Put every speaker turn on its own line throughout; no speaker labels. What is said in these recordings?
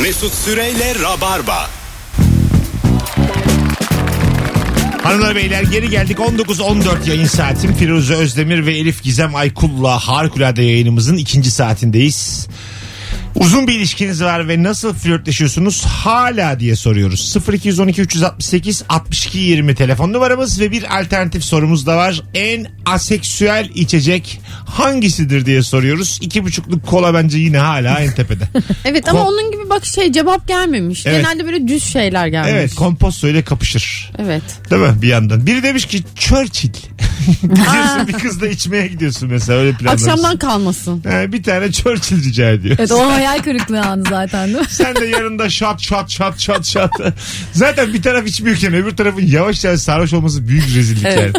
Mesut Süreyle Rabarba.
Hanımlar beyler geri geldik 19.14 yayın saatim Firuze Özdemir ve Elif Gizem Aykul'la harikulade yayınımızın ikinci saatindeyiz. Uzun bir ilişkiniz var ve nasıl flörtleşiyorsunuz hala diye soruyoruz. 0212 368 62 20 telefon numaramız ve bir alternatif sorumuz da var. En aseksüel içecek hangisidir diye soruyoruz. İki buçukluk kola bence yine hala en tepede.
Evet ama
Kom-
onun gibi bak şey cevap gelmemiş.
Evet.
Genelde böyle düz şeyler gelmiş.
evet komposto ile kapışır.
Evet.
Değil mi bir yandan? Biri demiş ki Churchill. Gidiyorsun bir kızla içmeye gidiyorsun mesela öyle planlarsın.
Akşamdan kalmasın.
Ha, bir tane Churchill rica ediyor.
Evet o hayal kırıklığı anı zaten değil mi?
Sen de yanında şat şat şat şat şat. Zaten bir taraf içmiyorken öbür tarafın yavaş yavaş sarhoş olması büyük rezillik yani.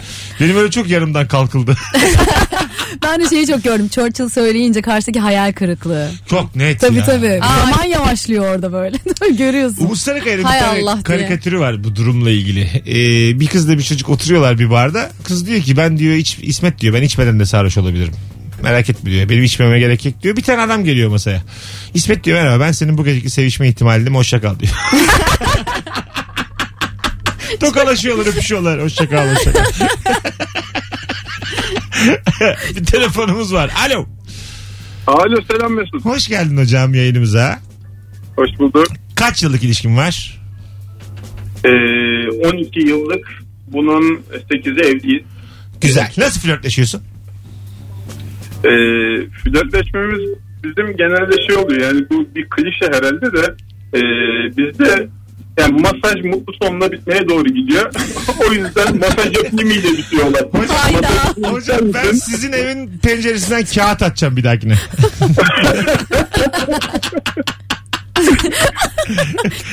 Benim öyle çok yarımdan kalkıldı.
Ben de şeyi çok gördüm. Churchill söyleyince karşıdaki hayal kırıklığı.
çok net
Tabii
ya.
tabii. Zaman yavaşlıyor orada böyle. Görüyorsun.
Umut Sarıkaya'nın bir
Hay
tane
Allah diye.
karikatürü var bu durumla ilgili. Ee, bir kızla bir çocuk oturuyorlar bir barda. Kız diyor ki ben diyor iç, İsmet diyor ben içmeden de sarhoş olabilirim. Merak etme diyor. Benim içmeme gerek yok diyor. Bir tane adam geliyor masaya. İsmet diyor merhaba ben senin bu geceki sevişme ihtimalini hoşça kal diyor. Tokalaşıyorlar öpüşüyorlar. Hoşça kal hoşça kal. bir telefonumuz var. Alo.
Alo selam Mesut.
Hoş geldin hocam yayınımıza.
Hoş bulduk.
Kaç yıllık ilişkin var?
Ee, 12 yıllık bunun 8'i evliyiz.
Güzel. Nasıl flörtleşiyorsun?
Ee, flörtleşmemiz bizim genelde şey oluyor yani bu bir klişe herhalde de e, bizde yani masaj mutlu sonuna bitmeye doğru gidiyor. o yüzden masaj yapayım iyice bitiyor olay.
Hayda.
Hocam ben sizin evin penceresinden kağıt atacağım bir dahakine.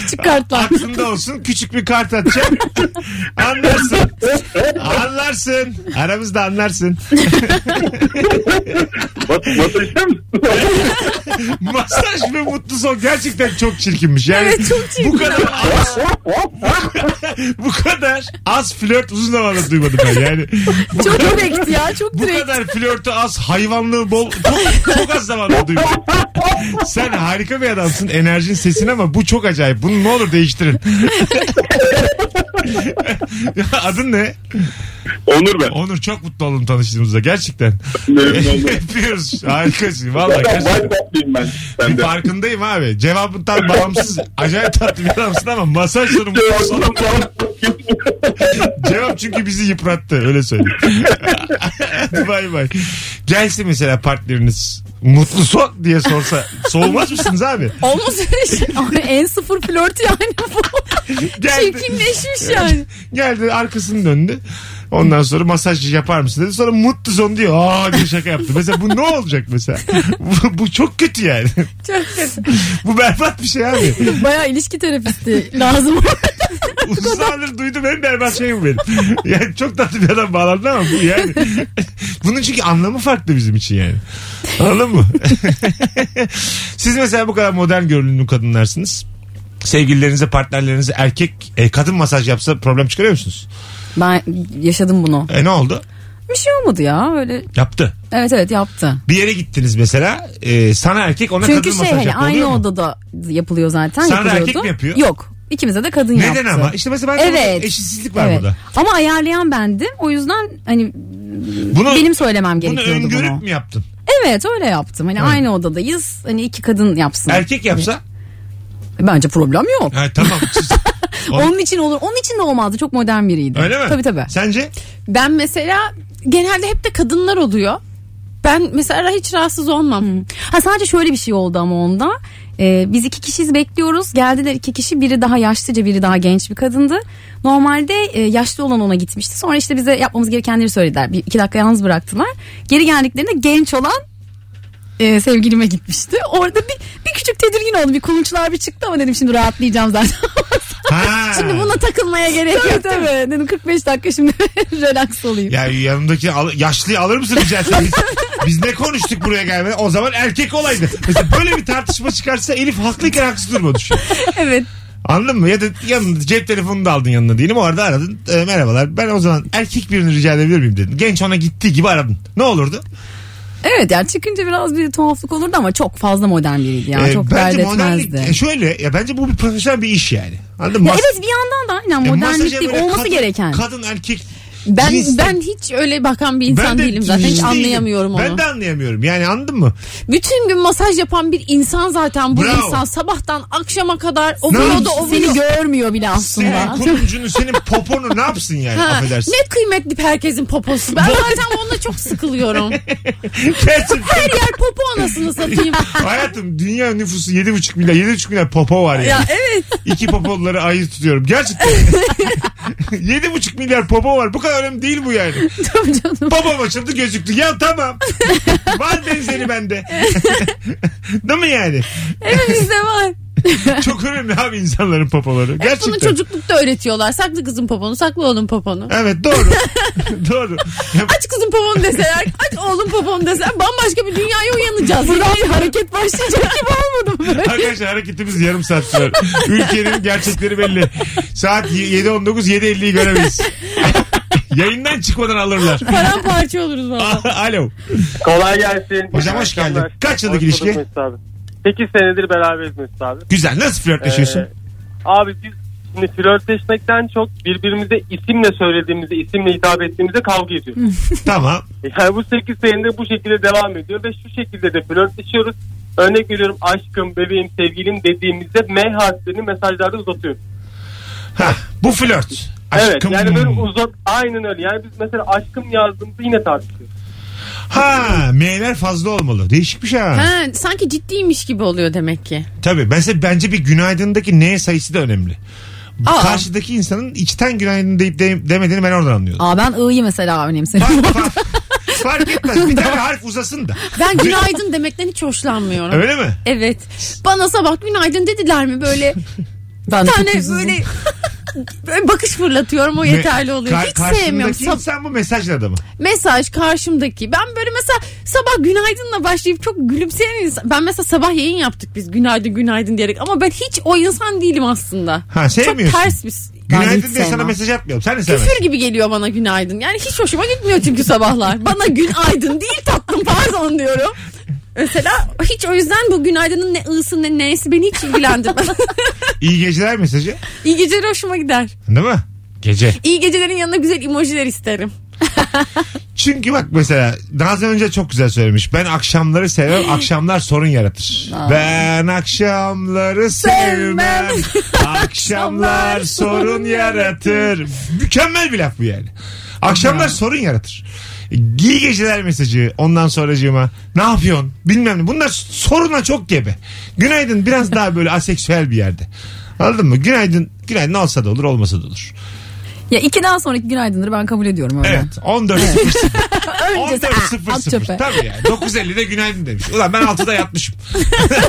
Küçük kartlar.
Aklında olsun küçük bir kart atacağım. Anlarsın. Anlarsın. Aramızda anlarsın.
Mas- masaj ister misin?
Masaj ve mutlu son gerçekten çok çirkinmiş. Yani
Evet, çok çirkin
Bu kadar az, bu kadar az flört uzun zamandır duymadım ben. Yani bu
Çok
kadar-
direkt ya çok
Bu
direkt.
kadar flörtü az, hayvanlığı bol. Çok, çok az zamanda duymadım. Sen harika bir adamsın. Enerjin, sesin ama bu çok acayip. Bunu ne olur değiştirin. Ya Adın ne?
Onur ben.
Onur çok mutlu oldum tanıştığımızda. Gerçekten.
Memnun oldum.
Yapıyoruz. Harikasın. Valla
Ben
gerçekten.
WhatsApp'lıyım ben.
Bir
Ben de.
farkındayım abi. Cevabın tam bağımsız. Acayip tatlı bir adamsın ama masaj sonu mutlu son. Cevap çünkü bizi yıprattı öyle söyleyeyim. Hadi bay bay. Gelsin mesela partneriniz mutlu son diye sorsa soğumaz mısınız abi?
Olmaz öyle şey. Abi en sıfır flört yani bu.
Geldi,
Çirkinleşmiş yani.
geldi arkasını döndü. Ondan sonra masaj yapar mısın dedi. Sonra mutlu son diyor. Aa bir şaka yaptı. Mesela bu ne olacak mesela? Bu, bu çok kötü yani.
Çok kötü.
Bu berbat bir şey abi.
Baya ilişki terapisti lazım.
Uzun zamandır duydum en berbat şey bu benim. Yani çok tatlı bir adam bağlandı ama bu yani. Bunun çünkü anlamı farklı bizim için yani. Anladın mı? Siz mesela bu kadar modern görünümlü kadınlarsınız. Sevgililerinize, partnerlerinize erkek e, kadın masaj yapsa problem çıkarıyor musunuz?
ben yaşadım bunu.
E ne oldu?
Bir şey olmadı ya öyle.
Yaptı.
Evet evet yaptı.
Bir yere gittiniz mesela. e, sana erkek ona
Çünkü
kadın
şey
masaj
hani
yaptı.
aynı
oluyor mu?
odada yapılıyor zaten.
Sana da
yapılıyordu.
erkek mi yapıyor?
Yok. İkimize de kadın
Neden
yaptı.
ama? İşte mesela ben
Evet.
eşitsizlik var
Evet.
burada.
Ama ayarlayan bendim. O yüzden hani
Bunu,
benim söylemem
bunu
gerekiyordu bunu.
öngörüp mü yaptın?
Evet öyle yaptım. Hani aynı odadayız. Hani iki kadın yapsın.
Erkek yapsa?
Bence problem yok.
Ha, tamam. Oğlum-
Onun için olur. Onun için de olmazdı. Çok modern biriydi.
Öyle mi?
Tabii tabii.
Sence?
Ben mesela genelde hep de kadınlar oluyor. Ben mesela hiç rahatsız olmam.
Ha sadece şöyle bir şey oldu ama onda. Ee, biz iki kişiyiz bekliyoruz. Geldiler iki kişi. Biri daha yaşlıca biri daha genç bir kadındı. Normalde e, yaşlı olan ona gitmişti. Sonra işte bize yapmamız gerekenleri söylediler. Bir, iki dakika yalnız bıraktılar. Geri geldiklerinde genç olan e, sevgilime gitmişti. Orada bir, bir küçük tedirgin oldu. Bir kulunçlar bir çıktı ama dedim şimdi rahatlayacağım zaten.
Ha.
şimdi buna takılmaya gerek yok. Tabii tabii. Dedim 45 dakika şimdi relax olayım.
Ya yanımdaki al- yaşlıyı alır mısın rica etsem? Biz, biz ne konuştuk buraya gelmeden? O zaman erkek olaydı. Mesela böyle bir tartışma çıkarsa Elif haklıyken haksız durma düşüyor.
Evet.
Anladın mı? Ya da yanında cep telefonunu da aldın yanına diyelim. Orada aradın. E, merhabalar ben o zaman erkek birini rica edebilir miyim dedin. Genç ona gittiği gibi aradın. Ne olurdu?
Evet ya çıkınca biraz bir tuhaflık olurdu ama çok fazla modern biriydi ya.
Ee,
çok dert
bence modernlik
etmezdi.
e, şöyle ya bence bu bir profesyonel bir iş yani. Anladın mı?
Ya
Mas-
evet bir yandan da aynen
e,
modernlik
masaja
değil,
böyle
olması
kadın-
gereken.
Kadın erkek
Ben
cins-
ben hiç öyle bakan bir insan
Ben de
değilim zaten. Hiç
değilim.
anlayamıyorum onu.
Ben de anlayamıyorum. Yani anladın mı?
Bütün gün masaj yapan bir insan zaten bu
Bravo.
insan. Sabahtan akşama kadar o
Ne
bunu
yapsın?
da o
Seni
bunu-
görmüyor bile aslında.
Senin kulüncünü, senin poponu ne yapsın yani?
Ha,
Affedersin.
ne kıymetli herkesin poposu. Ben zaten onunla çok sıkılıyorum.
Gerçekten.
Her yer popo anasını satayım.
Hayatım dünya nüfusu 7,5 milyar. 7,5 milyar popo var yani.
ya evet.
İki popoları ayı tutuyorum. Gerçekten. 7,5 milyar popo var. Bu kadar önemli değil bu yani.
Tabii canım.
Babam açıldı gözüktü. Ya tamam. var benzeri bende. değil mi yani?
Bizde var.
Çok önemli abi insanların popoları. Gerçekten.
Bunu çocuklukta öğretiyorlar. Saklı kızın poponu, saklı oğlun poponu.
Evet doğru. doğru. Ya,
Aç kızın poponu deseler, aç oğlum poponu deseler bambaşka bir dünyaya uyanacağız.
Buradan bir hareket başlayacak gibi olmadı mı?
Arkadaşlar hareketimiz yarım saat sürer. Ülkenin gerçekleri belli. Saat y- 7.19 7.50'yi göremeyiz. Yayından çıkmadan alırlar.
Paramparça oluruz valla.
Alo.
Kolay gelsin.
Hocam hoş geldin.
Akşamlar.
Kaç yıllık
Hoş bulduk
ilişki?
Mesut abi. 8 senedir beraberiz Mesut abi.
Güzel. Nasıl flörtleşiyorsun?
Ee, abi biz şimdi flörtleşmekten çok birbirimize isimle söylediğimizde, isimle hitap ettiğimizde kavga ediyoruz.
Tamam.
yani bu 8 senedir bu şekilde devam ediyor ve şu şekilde de flörtleşiyoruz. Örnek veriyorum aşkım, bebeğim, sevgilim dediğimizde M harflerini mesajlarda uzatıyoruz.
Ha, bu flört.
Evet yani böyle uzat aynen öyle. Yani biz mesela aşkım yazdığımızda yine tartışıyoruz.
Ha, M'ler fazla olmalı. Değişik bir şey ha.
Ha, sanki ciddiymiş gibi oluyor demek ki.
Tabii. Mesela bence bir günaydındaki N sayısı da önemli.
Aa.
Karşıdaki insanın içten günaydın deyip de- demediğini ben oradan anlıyordum.
Aa ben ı'yı mesela önemserim.
Fark, fark- fark etmez. Bir tane harf uzasın da.
Ben günaydın demekten hiç hoşlanmıyorum.
Öyle mi?
Evet. Bana sabah günaydın dediler mi böyle
ben
bir
de
tane
çok üzüldüm.
böyle, böyle bakış fırlatıyorum o yeterli
Ve
oluyor.
kar-
Hiç
karşındaki
sevmiyorum. Sab-
insan bu mesajla adamı.
mesaj karşımdaki. Ben böyle mesela sabah günaydınla başlayıp çok gülümseyen insan. Ben mesela sabah yayın yaptık biz günaydın günaydın diyerek. Ama ben hiç o insan değilim aslında.
Ha, sevmiyorsun.
Çok ters biz.
Ben
Günaydın
hiç
diye sana
sevmem.
mesaj atmıyorum. Sen de sevmezsin.
Küfür gibi geliyor bana günaydın. Yani hiç hoşuma gitmiyor çünkü sabahlar. Bana günaydın değil tatlım pardon diyorum. Mesela hiç o yüzden bu günaydının ne ısı ne neyesi beni hiç ilgilendirmez.
İyi geceler mesajı.
İyi geceler hoşuma gider.
Değil mi? Gece.
İyi gecelerin yanına güzel emojiler isterim.
Çünkü bak mesela daha az önce çok güzel söylemiş. Ben akşamları severim. akşamlar sorun yaratır. Ben akşamları sevmem. akşamlar sorun yaratır. Mükemmel bir laf bu yani. Akşamlar sorun yaratır. İyi geceler mesajı ondan sonracığıma ne yapıyorsun bilmem ne bunlar soruna çok gebe. Günaydın biraz daha böyle aseksüel bir yerde. Anladın mı? Günaydın günaydın olsa da olur olmasa da olur.
Ya ikiden sonraki günaydınları ben kabul ediyorum öyle.
Evet 14.00.
Öncesi, aa, at
14.00.
çöpe.
Tabii yani. 9.50'de günaydın demiş. Ulan ben 6'da yatmışım.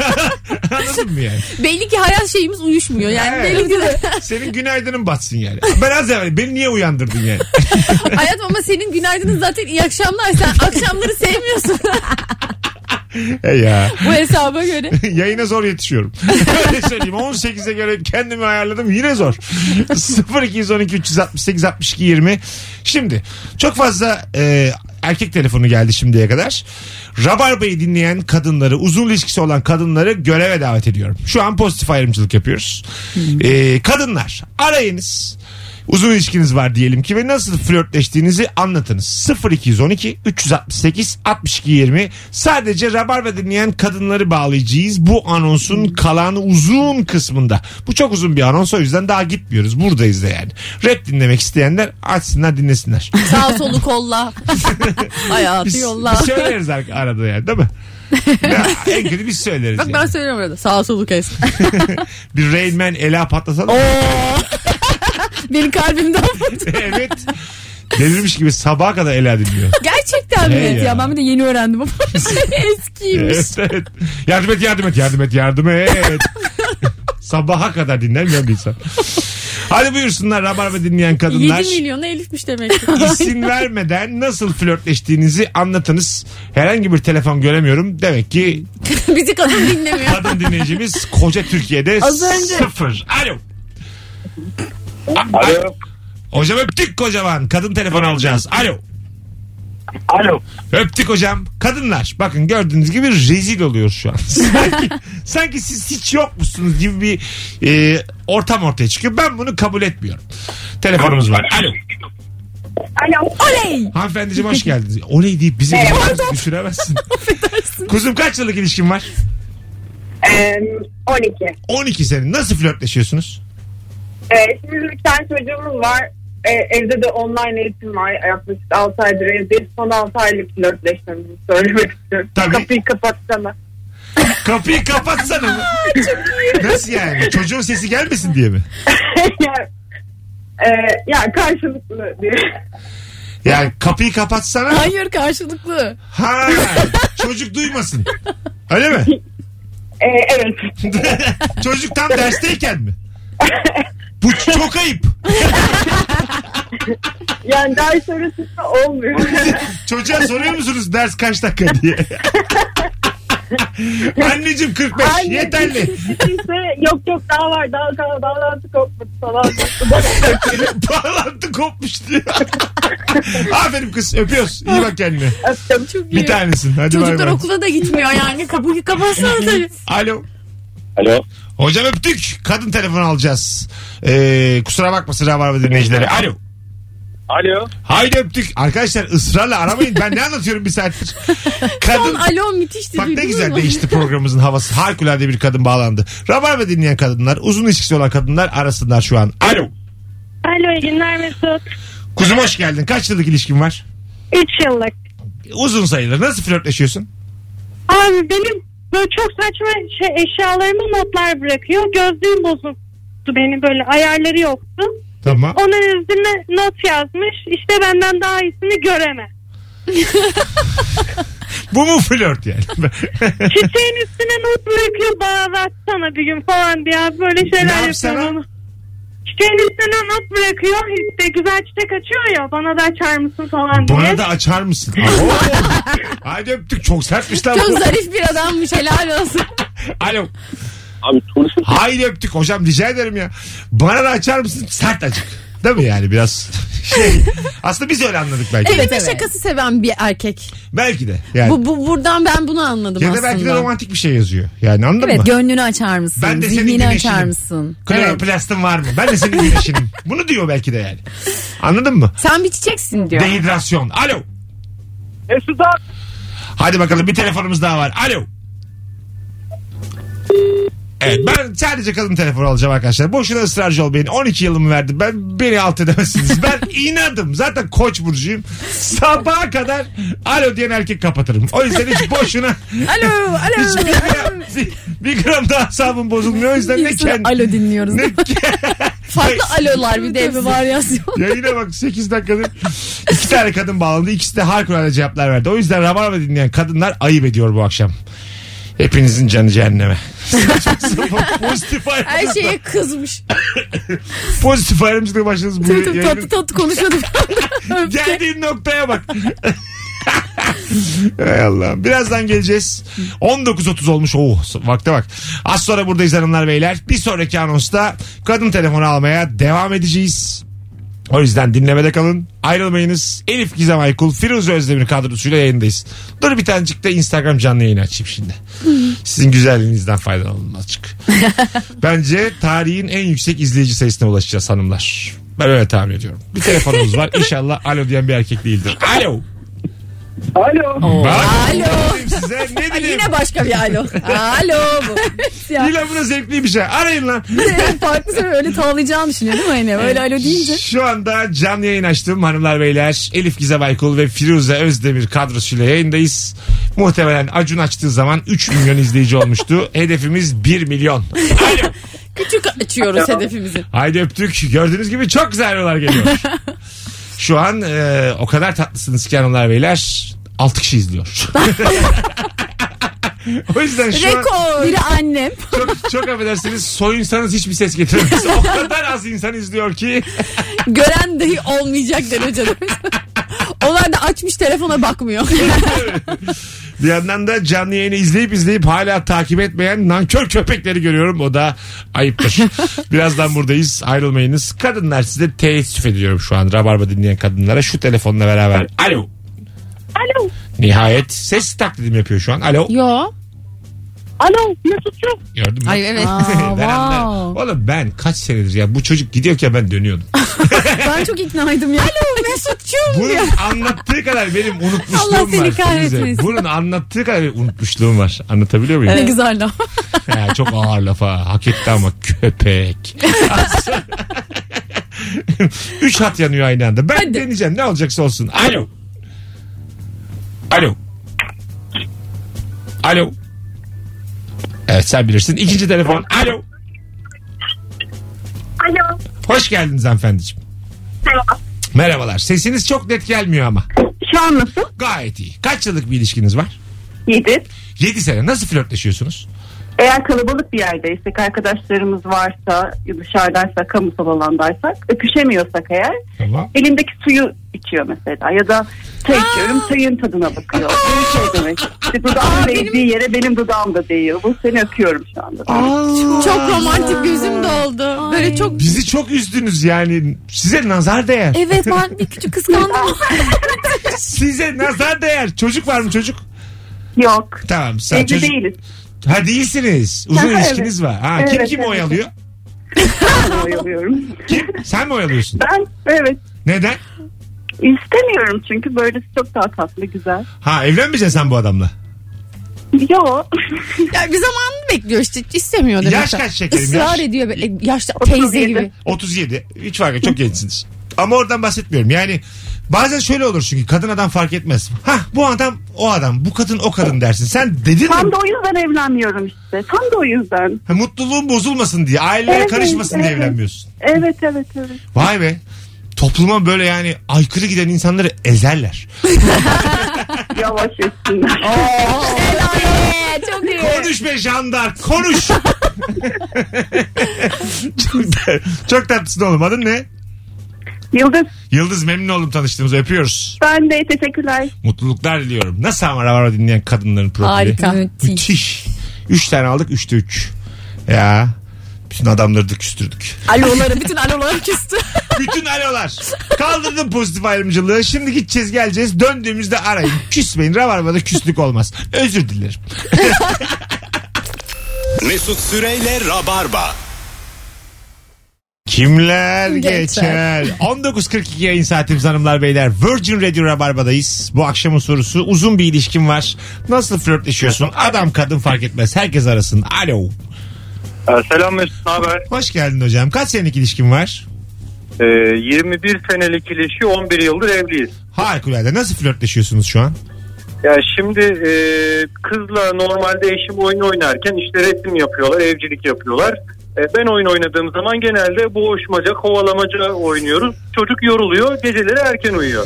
Anladın mı yani?
Belli ki hayat şeyimiz uyuşmuyor. Yani
Evet.
belli ki de-
Senin günaydının batsın yani. Ben az evvel beni niye uyandırdın yani?
hayat ama senin günaydının zaten iyi akşamlar. Sen akşamları sevmiyorsun
Hey ya.
bu hesaba göre.
Yayına zor yetişiyorum. Öyle söyleyeyim. 18'e göre kendimi ayarladım. Yine zor. 0212 368 62 20. Şimdi çok fazla e, erkek telefonu geldi şimdiye kadar. Rabarba'yı dinleyen kadınları, uzun ilişkisi olan kadınları göreve davet ediyorum. Şu an pozitif ayrımcılık yapıyoruz. E, kadınlar arayınız. Uzun ilişkiniz var diyelim ki ve nasıl flörtleştiğinizi anlatınız. 0212 368 62 20 sadece Rabarba dinleyen kadınları bağlayacağız bu anonsun kalan uzun kısmında. Bu çok uzun bir anons o yüzden daha gitmiyoruz buradayız da yani. Rap dinlemek isteyenler açsınlar dinlesinler.
Sağ solu kolla. Hayatı
Biz,
yolla.
biz söyleriz ar- arada yani değil mi? Ya, en kötü biz söyleriz.
Bak
yani.
ben söylüyorum arada. Sağ solu kes.
Bir Rain Man ela patlatalım.
Oh. Benim kalbimden
evet. Delirmiş gibi sabaha kadar ela dinliyor.
Gerçekten mi?
Hey
Evet ya. ben bir de yeni öğrendim ama eskiymiş.
Evet, evet. Yardım et yardım et yardım et yardım et. Sabaha kadar dinlenmiyor bir insan. Hadi buyursunlar Rabarba dinleyen
7
kadınlar.
milyona elifmiş demek ki.
İsim vermeden nasıl flörtleştiğinizi anlatınız. Herhangi bir telefon göremiyorum. Demek ki
Bizi kadın dinlemiyor.
kadın dinleyicimiz koca Türkiye'de
Az önce-
sıfır. Alo.
Alo.
Hocam öptük kocaman. Kadın telefon alacağız. Alo.
Alo.
Öptük hocam. Kadınlar bakın gördüğünüz gibi rezil oluyor şu an. Sanki, sanki siz hiç yokmuşsunuz gibi bir e, ortam ortaya çıkıyor. Ben bunu kabul etmiyorum. Telefonumuz var. Alo.
Alo.
Oley!
Hanımefendiciğim hoş geldiniz. Oley deyip bizi
Pardon.
düşüremezsin. Kuzum kaç yıllık ilişkin var?
Ee, 12.
12 sene. Nasıl flörtleşiyorsunuz?
Ee, şimdi bir tane çocuğumuz var. Ee, evde de online eğitim var. Yaklaşık 6 aydır evdeyiz. Son 6 aylık flörtleşmemizi söylemek istiyorum.
Tabii.
Kapıyı kapatsana.
Kapıyı kapatsana. mı? Nasıl yani? Çocuğun sesi gelmesin diye mi?
ya, e, ya karşılıklı diye.
Yani kapıyı kapatsana.
Hayır karşılıklı.
Ha, çocuk duymasın. Öyle mi?
Ee, evet.
Çocuk tam dersteyken mi? Bu çok ayıp.
Yani ders arasında olmuyor.
Çocuğa soruyor musunuz ders kaç dakika diye? Anneciğim 45
Anne,
yeterli.
Kimse yok yok daha var daha daha daha daha kopmadı falan.
Bağlantı kopmuş diyor. Aferin kız öpüyoruz. İyi bak kendine.
Öptüm.
Çok iyi.
Bir tanesin. Hadi bay
Çocuklar
bay.
okula da gitmiyor yani. Kapıyı kapatsana tabii.
Alo.
Alo.
Hocam öptük. Kadın telefon alacağız. Ee, kusura bakmasın Rabarba dinleyicileri. Alo.
Alo.
Haydi öptük. Arkadaşlar ısrarla aramayın. Ben ne anlatıyorum bir saattir.
Son
Kadın
alo müthişti.
Bak ne
duydunuz
güzel
mu?
değişti programımızın havası. Harikulade bir kadın bağlandı. Rabarba dinleyen kadınlar, uzun ilişkisi olan kadınlar arasınlar şu an. Alo.
Alo iyi günler Mesut.
Kuzum hoş geldin. Kaç yıllık ilişkin var?
3 yıllık.
Uzun sayılır. Nasıl flörtleşiyorsun?
Abi benim böyle çok saçma şey, eşyalarıma notlar bırakıyor. Gözlüğüm bozuktu benim böyle ayarları yoktu.
Tamam.
Onun üzerine not yazmış. İşte benden daha iyisini göremez.
Bu mu flört yani?
Çiçeğin üstüne not bırakıyor bağlatsana bir gün falan diye abi böyle
Ne
şeyler
yapsana?
yapıyor onu. Çiçeğin üstüne not bırakıyor. İşte güzel çiçek açıyor ya bana da açar mısın falan diye.
Bana da açar mısın? Alo. Haydi öptük. Çok sertmiş lan.
Çok
bu.
zarif bir adammış helal olsun.
Alo.
Abi turşu
Haydi öptük. Hocam rica ederim ya. Bana da açar mısın? Sert acık. Değil mi yani biraz şey. Aslında biz öyle anladık belki. de.
Evet, şakası seven bir erkek.
Belki de. Yani.
Bu, bu buradan ben bunu anladım
ya da
aslında.
belki de romantik bir şey yazıyor. Yani anladın mı?
Evet gönlünü açar mısın?
Ben de senin
Zihnini
güneşinim.
açar mısın? Evet.
Kloroplastin var mı? Ben de senin güneşinim. Bunu diyor belki de yani. Anladın mı?
Sen bir çiçeksin diyor.
Dehidrasyon. Alo.
Mesut abi.
Hadi bakalım bir telefonumuz daha var. Alo. Evet ben sadece kadın telefonu alacağım arkadaşlar. Boşuna ısrarcı olmayın. 12 yılımı verdim. Ben beni alt edemezsiniz. Ben inadım. Zaten koç burcuyum. Sabaha kadar alo diyen erkek kapatırım. O yüzden hiç boşuna
Alo
hiç
alo.
bir, bir gram daha asabım bozulmuyor. O yüzden ne
Bir sürü
kendi...
alo dinliyoruz.
Ne,
Farklı alolar bir de var yazıyor.
Yayına bak 8 dakikadır. iki tane kadın bağlandı. İkisi de harikulade cevaplar verdi. O yüzden Rabarba dinleyen kadınlar ayıp ediyor bu akşam. Hepinizin canı cehenneme. pozitif
Her şey-
ayrımcılık.
şeye kızmış.
Pozitif ayrımcılığa başladınız. Bu
Tabii tabii
yayının-
tatlı tatlı konuşuyorduk. Öptü.
Geldiğin noktaya bak. Hay Allah. Birazdan geleceğiz. 19.30 olmuş. Oh, vakte bak. Az sonra buradayız hanımlar beyler. Bir sonraki anonsta kadın telefonu almaya devam edeceğiz. O yüzden dinlemede kalın. Ayrılmayınız. Elif Gizem Aykul, Firuze Özdemir kadrosuyla yayındayız. Dur bir tanecik de Instagram canlı yayını açayım şimdi. Sizin güzelliğinizden faydalanalım azıcık. Bence tarihin en yüksek izleyici sayısına ulaşacağız hanımlar. Ben öyle tahmin ediyorum. Bir telefonumuz var. İnşallah alo diyen bir erkek değildir. Alo.
Alo.
Bak,
Alo.
dedim Size ne bileyim.
Yine başka bir alo. alo bu.
Yine, bu da zevkli bir şey. Arayın lan.
Farklı sebebi öyle tavlayacağını düşünüyor değil mi? Hani öyle alo deyince.
Şu anda canlı yayın açtım hanımlar beyler. Elif Gizem Aykul ve Firuze Özdemir kadrosuyla yayındayız. Muhtemelen Acun açtığı zaman 3 milyon izleyici olmuştu. Hedefimiz 1 milyon. Alo.
Küçük açıyoruz hedefimizi.
Haydi öptük. Gördüğünüz gibi çok güzel arılar geliyor. Şu an e, o kadar tatlısınız ki hanımlar beyler. 6 kişi izliyor. o yüzden şu an...
Rekor. Biri annem.
çok, çok affedersiniz soyunsanız hiçbir ses getirmez. O kadar az insan izliyor ki.
Gören dahi olmayacak derecede. Onlar da açmış telefona bakmıyor.
Bir yandan da canlı yayını izleyip izleyip hala takip etmeyen nankör köpekleri görüyorum. O da ayıptır. Birazdan buradayız ayrılmayınız. Kadınlar size teessüf ediyorum şu an. Rabarba dinleyen kadınlara şu telefonla beraber. Alo.
Alo.
Nihayet ses taklidim yapıyor şu an. Alo.
Yo.
Alo Mesut'cum.
Gördün mü?
Ay evet.
Aa,
Ben anlarım.
wow.
Oğlum ben kaç senedir ya bu çocuk gidiyorken ben dönüyordum.
Ben çok iknaydım ya. Alo Mesut'cum.
Bunun anlattığı kadar benim unutmuşluğum
Allah
var.
seni
Firuze.
kahretmesin.
Bunun anlattığı kadar benim unutmuşluğum var. Anlatabiliyor muyum?
Ne güzel laf.
He, çok ağır lafa. Hak etti ama köpek. Üç hat yanıyor aynı anda. Ben deneyeceğim ne olacaksa olsun. Alo. Alo. Alo. Evet sen bilirsin. İkinci telefon. Alo.
Alo.
Hoş geldiniz hanımefendiciğim.
Merhaba.
Merhabalar. Sesiniz çok net gelmiyor ama.
Şu an nasıl?
Gayet iyi. Kaç yıllık bir ilişkiniz var?
Yedi.
7 sene. Nasıl flörtleşiyorsunuz?
Eğer kalabalık bir yerdeysek, arkadaşlarımız varsa, dışarıdaysak, kamusal alandaysak, öpüşemiyorsak eğer
Tamam.
elindeki suyu içiyor mesela ya da çay içiyorum çayın tadına bakıyor. Bu şey demek. İşte dudağım değdiği yere benim dudağım da değiyor. Bu seni öpüyorum şu anda.
Çok romantik gözüm doldu. Böyle çok
Bizi çok üzdünüz yani. Size nazar değer.
Evet ben bir küçük kıskandım.
Size nazar değer. Çocuk var mı çocuk?
Yok.
Tamam. Sen
Evli
çocuk...
değiliz.
Ha değilsiniz. Uzun
Evet.
ilişkiniz var. Ha,
Evet,
kim kim
evet.
oyalıyor?
Ben oyalıyorum.
Sen mi oyalıyorsun?
Ben evet
Neden?
istemiyorum çünkü böylesi çok daha tatlı güzel.
Ha evlenmeyeceksin sen bu adamla.
Yok.
ya bir zamanını bekliyor işte istemiyordur.
Yaş
mesela.
kaç şekerim,
Israr
yaş?
ediyor böyle yaşlı teyze gibi.
37. Hiç fark yok. Çok gençsiniz. Ama oradan bahsetmiyorum. Yani bazen şöyle olur çünkü kadın adam fark etmez. Ha bu adam o adam. Bu kadın o kadın dersin. Sen dedin mi?
Tam da o yüzden evlenmiyorum işte. Tam da o yüzden.
Ha, mutluluğun bozulmasın diye. Ailelere
Evet,
karışmasın diye
evet.
evlenmiyorsun.
Evet evet evet.
Vay be. Topluma böyle yani aykırı giden insanları ezerler.
Yavaş etsinler.
çok iyi.
Konuş be jandar konuş. çok, da- çok tatlısın oğlum adın ne?
Yıldız
Yıldız memnun oldum tanıştığımız öpüyoruz.
ben de teşekkürler.
Mutluluklar diliyorum. Nasıl Amara var dinleyen kadınların profili?
Harika.
Müthiş.
Müthiş. Üç tane aldık üçte üç. Ya. Bütün adamları da küstürdük.
Aloları bütün aloları küstü.
Bütün alolar. Kaldırdım pozitif ayrımcılığı. Şimdi gideceğiz geleceğiz. Döndüğümüzde arayın. Küsmeyin. Rabarbada küslük olmaz. Özür dilerim.
Mesut Süreyle Rabarba.
Kimler geçer?
Geçer.
19.42 yayın saatimiz hanımlar beyler. Virgin Radio Rabarba'dayız. Bu akşamın sorusu uzun bir ilişkin var. Nasıl flörtleşiyorsun? Adam kadın fark etmez. Herkes arasın. Alo.
Ee, selam Mesut haber?
Hoş geldin hocam. Kaç senelik ilişkin var?
21 Ee, senelik ilişki 11 yıldır evliyiz.
Harikulade. Nasıl flörtleşiyorsunuz şu an?
Ya şimdi e, kızla normalde eşim oyun oynarken işte resim yapıyorlar, evcilik yapıyorlar. E, ben oyun oynadığım zaman genelde boğuşmaca, kovalamaca oynuyoruz. Çocuk yoruluyor, geceleri erken uyuyor.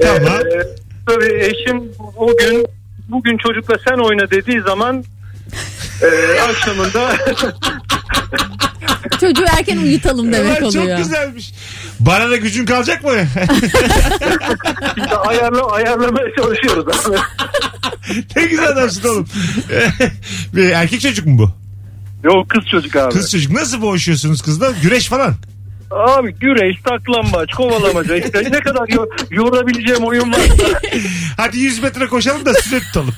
Tamam.
E, tabii eşim o gün bugün çocukla sen oyna dediği zaman e, akşamında
Çocuğu erken uyutalım demek
Ulan
oluyor.
çok güzelmiş. Bana da gücün kalacak mı?
işte ayarla, ayarlamaya çalışıyoruz.
ne güzel adamsın oğlum. Bir erkek çocuk mu bu?
Yok kız çocuk abi.
Kız çocuk. Nasıl boğuşuyorsunuz kızla? Güreş falan.
Abi güreş, taklambaç, kovalamaca işte ne kadar yo- yorabileceğim oyun var.
Hadi 100 metre koşalım da süre tutalım.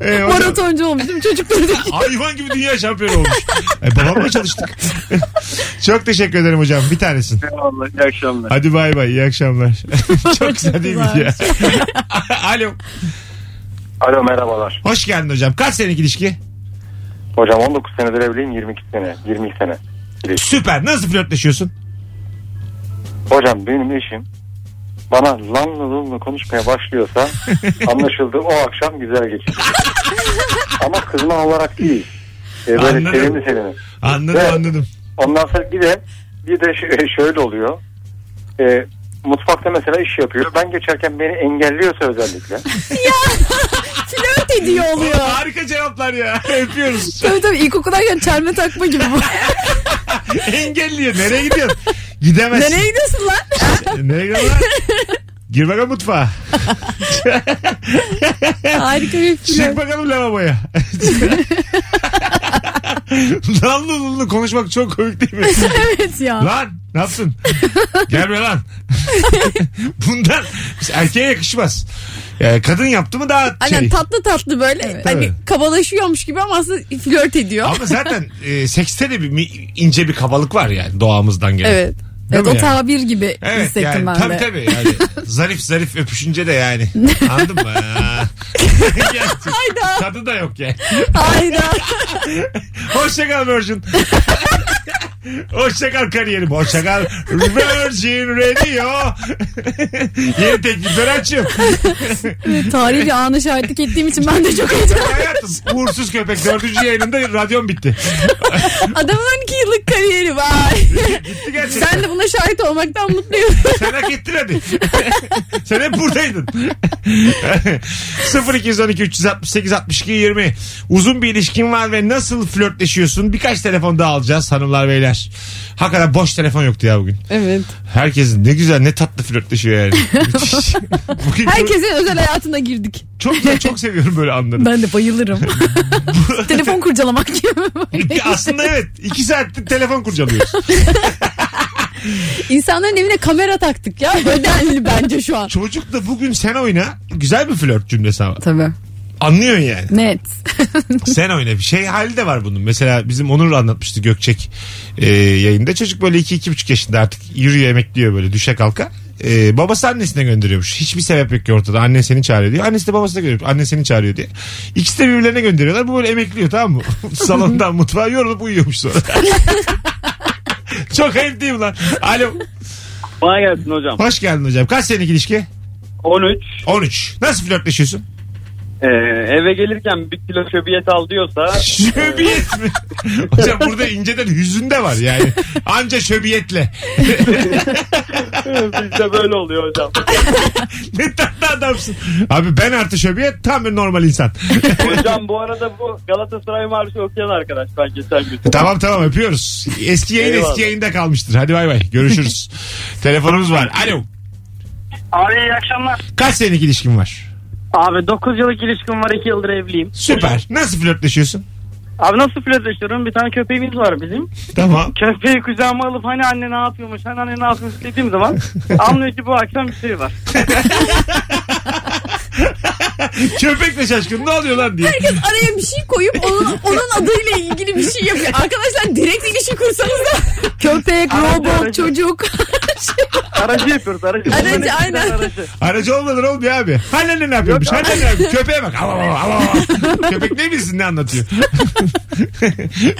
ee, hocam,
Maratoncu olmuş değil mi? Çocuk dedi ki,
hayvan gibi dünya şampiyonu olmuş. E, babamla çalıştık. Çok teşekkür ederim hocam. Bir tanesin.
Vallahi iyi akşamlar.
Hadi bay bay. iyi akşamlar. Çok güzel değil mi ya?
güzelmiş.
Alo.
Alo merhabalar.
Hoş geldin hocam. Kaç senelik ilişki?
Hocam 19 senedir evliyim 22 sene. 22 sene.
Süper. Nasıl flörtleşiyorsun?
Hocam benim eşim bana lanlı lunlu konuşmaya başlıyorsa anlaşıldı o akşam güzel geçecek. Ama kızma olarak değil. E, böyle
Anladım.
sevimli sevimli.
Anladım
Evet.
anladım.
Ondan sonra bir de bir de ş- şöyle oluyor. E, mutfakta mesela iş yapıyor. Ben geçerken beni engelliyorsa özellikle.
flört ediyor oluyor.
Harika cevaplar ya. Öpüyoruz.
Tabii tabii ilkokuldayken çelme takma gibi bu.
Engelliyor. Nereye gidiyorsun? Gidemezsin.
Nereye gidiyorsun lan?
Nereye gidiyorsun lan? Gir bakalım mutfağa.
Harika bir flört.
Şey, Çık bakalım lavaboya. Lanlı lunlu konuşmak çok komik değil mi?
evet ya.
Lan ne yaptın? Gel be lan. Bundan erkeğe yakışmaz. Yani kadın yaptı mı daha
Aynen
şey.
tatlı tatlı böyle hani
Tabii.
kabalaşıyormuş gibi ama aslında flört ediyor.
Ama zaten e, sekste de bir mi- ince bir kabalık var yani doğamızdan gelen.
evet.
Değil
Evet,
mi
o
yani?
tabir gibi
Evet
hissettim
yani
ben de.
tabii tabii yani zarif zarif öpüşünce de yani anladın mı? Gerçi Tadı da yok yani.
Hayda.
Hoşçakal Virgin. Hoşçakal kariyerim. Hoşçakal Virgin Radio. Yeni teklifler açıyorum.
Tarihi ana şahitlik ettiğim için ben de çok heyecanlıyım.
Hayatım uğursuz köpek. Dördüncü yayınında radyom bitti.
Adamın 12 yıllık kariyeri var.
Bitti gerçekten.
ben de buna şahit olmaktan mutluyum.
Sen hak ettin hadi. Sen hep buradaydın. 0212 368 62 20. Uzun bir ilişkin var ve nasıl flörtleşiyorsun? Birkaç telefon daha alacağız hanımlar beyler. Hakikaten boş telefon yoktu ya bugün.
evet.
Herkes ne güzel ne tatlı flörtleşiyor yani. Müthiş. bugün çok,
Herkesin özel hayatına girdik.
çok güzel, çok seviyorum böyle anları.
Ben de bayılırım. Telefon kurcalamak gibi.
Aslında evet. iki saattir telefon kurcalıyoruz.
İnsanların evine kamera taktık ya. Ödenli bence şu an.
Çocuk da bugün sen oyna. Güzel bir flört cümlesi ama.
Tabii.
Anlıyorsun yani.
Net.
Sen oyna bir şey hali de var bunun. Mesela bizim Onur anlatmıştı Gökçek e, yayında. Çocuk böyle 2-2,5 yaşında artık yürüyor emekliyor böyle düşe kalka. E, babası annesine gönderiyormuş. Hiçbir sebep yok ki ortada. Anne seni çağırıyor diyor. Annesi de babasına gönderiyor. Anne seni çağırıyor diye. İkisi de birbirlerine gönderiyorlar. Bu böyle emekliyor tamam mı? Salondan mutfağa yorulup uyuyormuş sonra. Çok ayıp değil mi lan? Alo.
Bana gelsin hocam.
Hoş geldin hocam. Kaç senelik ilişki?
13.
13. Nasıl flörtleşiyorsun?
Ee, eve gelirken bir kilo şöbiyet al diyorsa
Şöbiyet mi? Hocam burada inceden hüzünde var yani. Anca şöbiyetle.
bizde böyle oluyor hocam.
ne tatlı adamsın. Abi ben artı şöbiyet tam bir normal insan.
Hocam bu arada bu Galatasaray Marşı okuyan arkadaş ben geçen gün.
E,
tamam tamam öpüyoruz. Eski yayın
Eyvallah.
eski yayında kalmıştır. Hadi bay bay görüşürüz. Telefonumuz var. Alo.
Abi iyi akşamlar.
Kaç senelik ilişkin var?
Abi 9 yıllık ilişkim var 2 yıldır evliyim.
Süper. Nasıl flörtleşiyorsun?
Abi nasıl flörtleşiyorum? Bir tane köpeğimiz var bizim.
Tamam.
Köpeği kucağıma alıp hani anne ne yapıyormuş, hani anne ne yapıyormuş dediğim zaman anlıyor ki bu akşam bir şey var.
Köpek de şaşkın. Ne oluyor lan diye.
Herkes araya bir şey koyup onun, onun adıyla ilgili bir şey yapıyor. Arkadaşlar direkt ilişki kursanız da
Köpek, robot,
aracı.
çocuk.
Aracı yapıyoruz aracı.
Aracı,
Bunların ikisi de
aynen.
Aracı.
Aracı olmadan olmuyor abi. Annene ne yapıyormuş? Annene ne yapıyor? Köpeğe bak. Al, al, al, al, al. Köpek ne bilsin ne anlatıyor?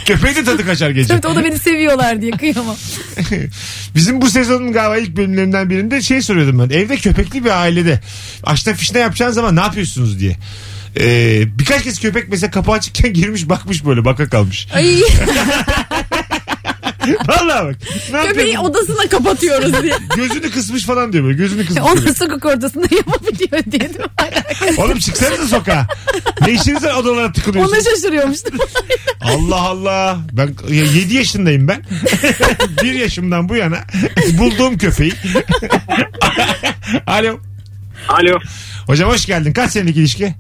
Köpeğin de tadı kaçar gece.
Evet o da beni seviyorlar diye kıyamam.
Bizim bu sezonun galiba ilk bölümlerinden birinde şey soruyordum ben. Evde köpekli bir ailede açta fişne yapacağın zaman ne yapıyorsunuz diye. Ee, birkaç kez köpek mesela kapı açıkken girmiş bakmış böyle baka kalmış.
ay,
Vallahi bak. Ne
köpeği
yapıyorsun?
odasına kapatıyoruz diye.
Gözünü kısmış falan diyor böyle. Gözünü kısmış.
Onu sokak ortasında yapabiliyor diye. değil mi?
Oğlum çıksanıza sokağa. Ne işiniz var odalara tıkınıyorsunuz?
Ona şaşırıyormuş. değil mi?
Allah Allah. Ben 7 yaşındayım ben. 1 yaşımdan bu yana bulduğum köpeği. Alo.
Alo.
Hocam hoş geldin. Kaç senelik ilişki?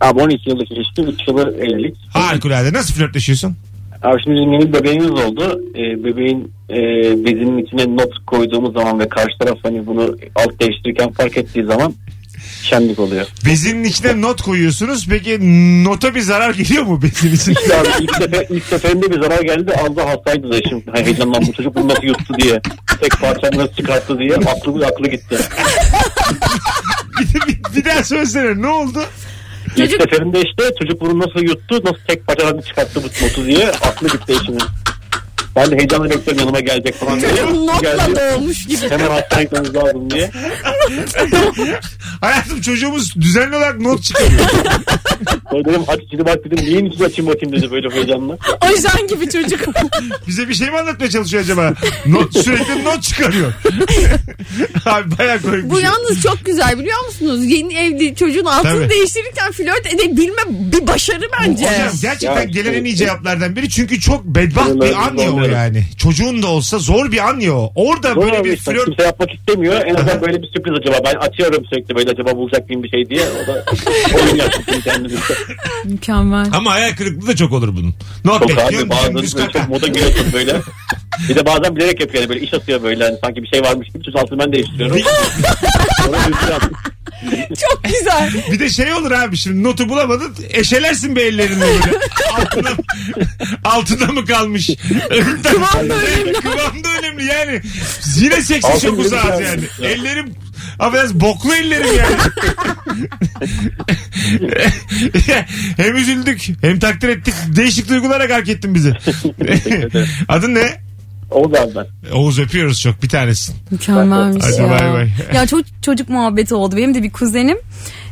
Abi 12 yıllık ilişki 3 yılı evlilik.
Harikulade. Nasıl flörtleşiyorsun?
Abi şimdi bizim yeni bebeğimiz oldu. Ee, bebeğin e, bezinin içine not koyduğumuz zaman ve karşı taraf hani bunu alt değiştirirken fark ettiği zaman şenlik oluyor.
Bezinin içine not koyuyorsunuz. Peki nota bir zarar geliyor mu bezin içine?
Abi ilk, sefer, ilk seferinde bir zarar geldi. Az da hastaydı da şimdi. Hani heyecandan bu çocuk bunu nasıl yuttu diye. Tek parçam nasıl çıkarttı diye aklı, aklı gitti.
bir, bir, bir daha söylesene ne oldu?
Çocuk-
İlk seferinde işte çocuk bunu nasıl yuttu, nasıl tek parçadan çıkarttı bu notu diye aklı gitti eşimin. Ben de heyecanla bekliyorum yanıma gelecek falan diye.
Çocuk notla
Geldi.
doğmuş gibi.
Hemen hastaneye gitmemiz lazım diye.
Hayatım çocuğumuz düzenli olarak not çıkarıyor.
Böyle dedim aç içini bak dedim neyin içini açayım bakayım dedi böyle heyecanla.
Ajan gibi çocuk.
Bize bir şey mi anlatmaya çalışıyor acaba? Not, sürekli not çıkarıyor. Abi bayağı komik bir
Bu
şey.
yalnız çok güzel biliyor musunuz? Yeni evli çocuğun altını
Tabii.
değiştirirken flört edebilme bir başarı bence.
Hocam gerçekten
Ya,
gelen en iyi
evet.
cevaplardan biri çünkü çok bedbaht
Bunlar
bir an ya o
zorluyor.
yani. Çocuğun da olsa zor bir an ya o. Orada
Zor
böyle bir
olmuş,
flört
Kimse yapmak istemiyor. En azından böyle bir sürpriz
muyuz acaba? Ben açıyorum sürekli böyle acaba bulacak mıyım bir şey diye. O da oyun yaptık kendimizde.
Mükemmel.
Ama hayal kırıklığı da çok olur bunun. Not
Çok abi
bekliyorum.
bazen
dümdüz
böyle
kaka.
çok moda giriyorsun böyle. Bir de bazen bilerek yapıyor yani böyle iş atıyor böyle hani sanki bir şey varmış gibi tuz altını ben değiştiriyorum. Sonra düzgün at-
Çok güzel.
Bir de şey olur abi şimdi notu bulamadın eşelersin be ellerinle böyle. altına, altına mı kalmış? kıvam da önemli. kıvam da önemli yani. Yine seksi
Altın
çok
bir
uzağız
tane.
yani. Ellerim Affedersin boklu ellerim yani. hem üzüldük hem takdir ettik. Değişik duygulara gark ettin bizi. Adın ne?
Oğuz abi ben.
Oğuz öpüyoruz çok bir tanesin.
Mükemmelmiş
Hadi
ya.
bay bay.
Ya çok çocuk muhabbeti oldu. Benim de bir kuzenim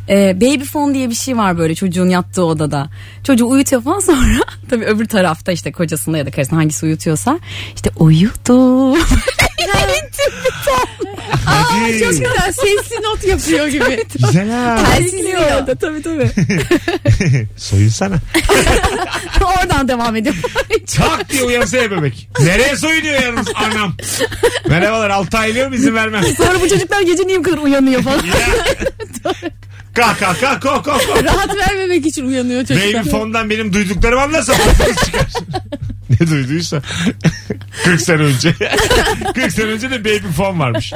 e, baby phone diye bir şey var böyle çocuğun yattığı odada. Çocuğu uyutuyor falan sonra tabii öbür tarafta işte kocasında ya da karısında hangisi uyutuyorsa işte uyudu.
Hadi.
Çok güzel. Sesli not yapıyor gibi.
Güzel ha.
Sesli orada tabii tabii.
Soyunsana.
Oradan devam ediyor.
Tak diye uyansa ya bebek. Nereye soyunuyor yalnız anam? Merhabalar 6 aylıyor mu izin vermem.
Sonra bu çocuklar gece niye bu kadar uyanıyor falan.
Ya. kah kah kah koh koh koh.
Rahat vermemek için uyanıyor çocuklar.
Baby fondan benim duyduklarımı anlarsa ağzınız çıkar. ne duyduysa. 40 sene önce. 40 sene önce de baby fon varmış.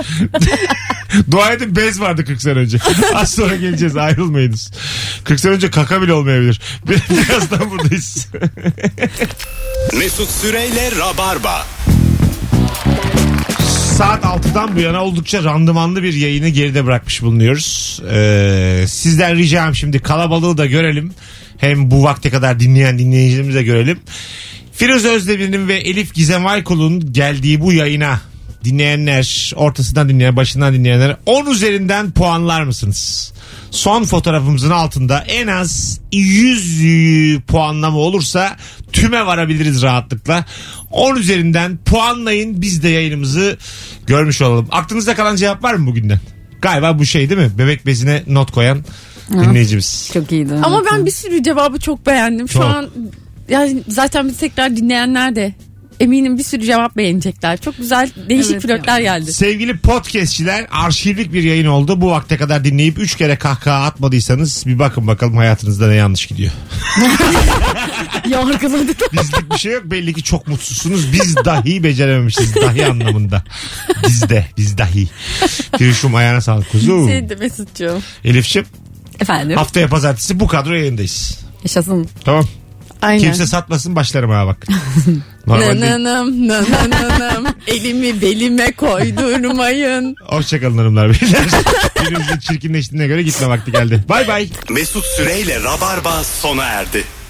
Dua edin bez vardı 40 sene önce. Az sonra geleceğiz ayrılmayınız. 40 sene önce kaka bile olmayabilir. Birazdan buradayız.
Mesut Süreyle Rabarba.
Saat 6'dan bu yana oldukça randımanlı bir yayını geride bırakmış bulunuyoruz. Ee, sizden ricam şimdi kalabalığı da görelim. Hem bu vakte kadar dinleyen dinleyicilerimizi de görelim. Firuz Özdemir'in ve Elif Gizem Aykul'un geldiği bu yayına dinleyenler, ortasından dinleyen, başından dinleyenler 10 üzerinden puanlar mısınız? Son fotoğrafımızın altında en az 100 puanlama olursa tüme varabiliriz rahatlıkla. 10 üzerinden puanlayın biz de yayınımızı görmüş olalım. Aklınızda kalan cevap var mı bugünden? Galiba bu şey değil mi? Bebek bezine not koyan dinleyicimiz.
Çok iyiydi.
Ama ben bir sürü cevabı çok beğendim. Şu
Çok.
an yani zaten bizi tekrar dinleyenler de eminim bir sürü cevap beğenecekler. Çok güzel değişik
Evet,
flörtler geldi.
Sevgili podcastçiler arşivlik bir yayın oldu. Bu vakte kadar dinleyip 3 kere kahkaha atmadıysanız bir bakın bakalım hayatınızda ne yanlış gidiyor.
yargıladık.
Bizlik bir şey yok. Belli ki çok mutsuzsunuz. Biz dahi becerememişiz. Dahi anlamında. Biz de. Biz dahi. Firuşum ayağına sağlık kuzum.
Seni de Mesut'cuğum.
Elif'ciğim
Efendim.
haftaya pazartesi bu kadro yayındayız.
Yaşasın.
Tamam.
Aynen.
Kimse satmasın başlarıma ha bak. Normalde.
Nananım nananım elimi belime koydurmayın.
Hoşçakalın hanımlar beyler. Birimizin çirkinleştiğine göre gitme vakti geldi. Bay bay.
Mesut Süreyle Rabarba sona erdi.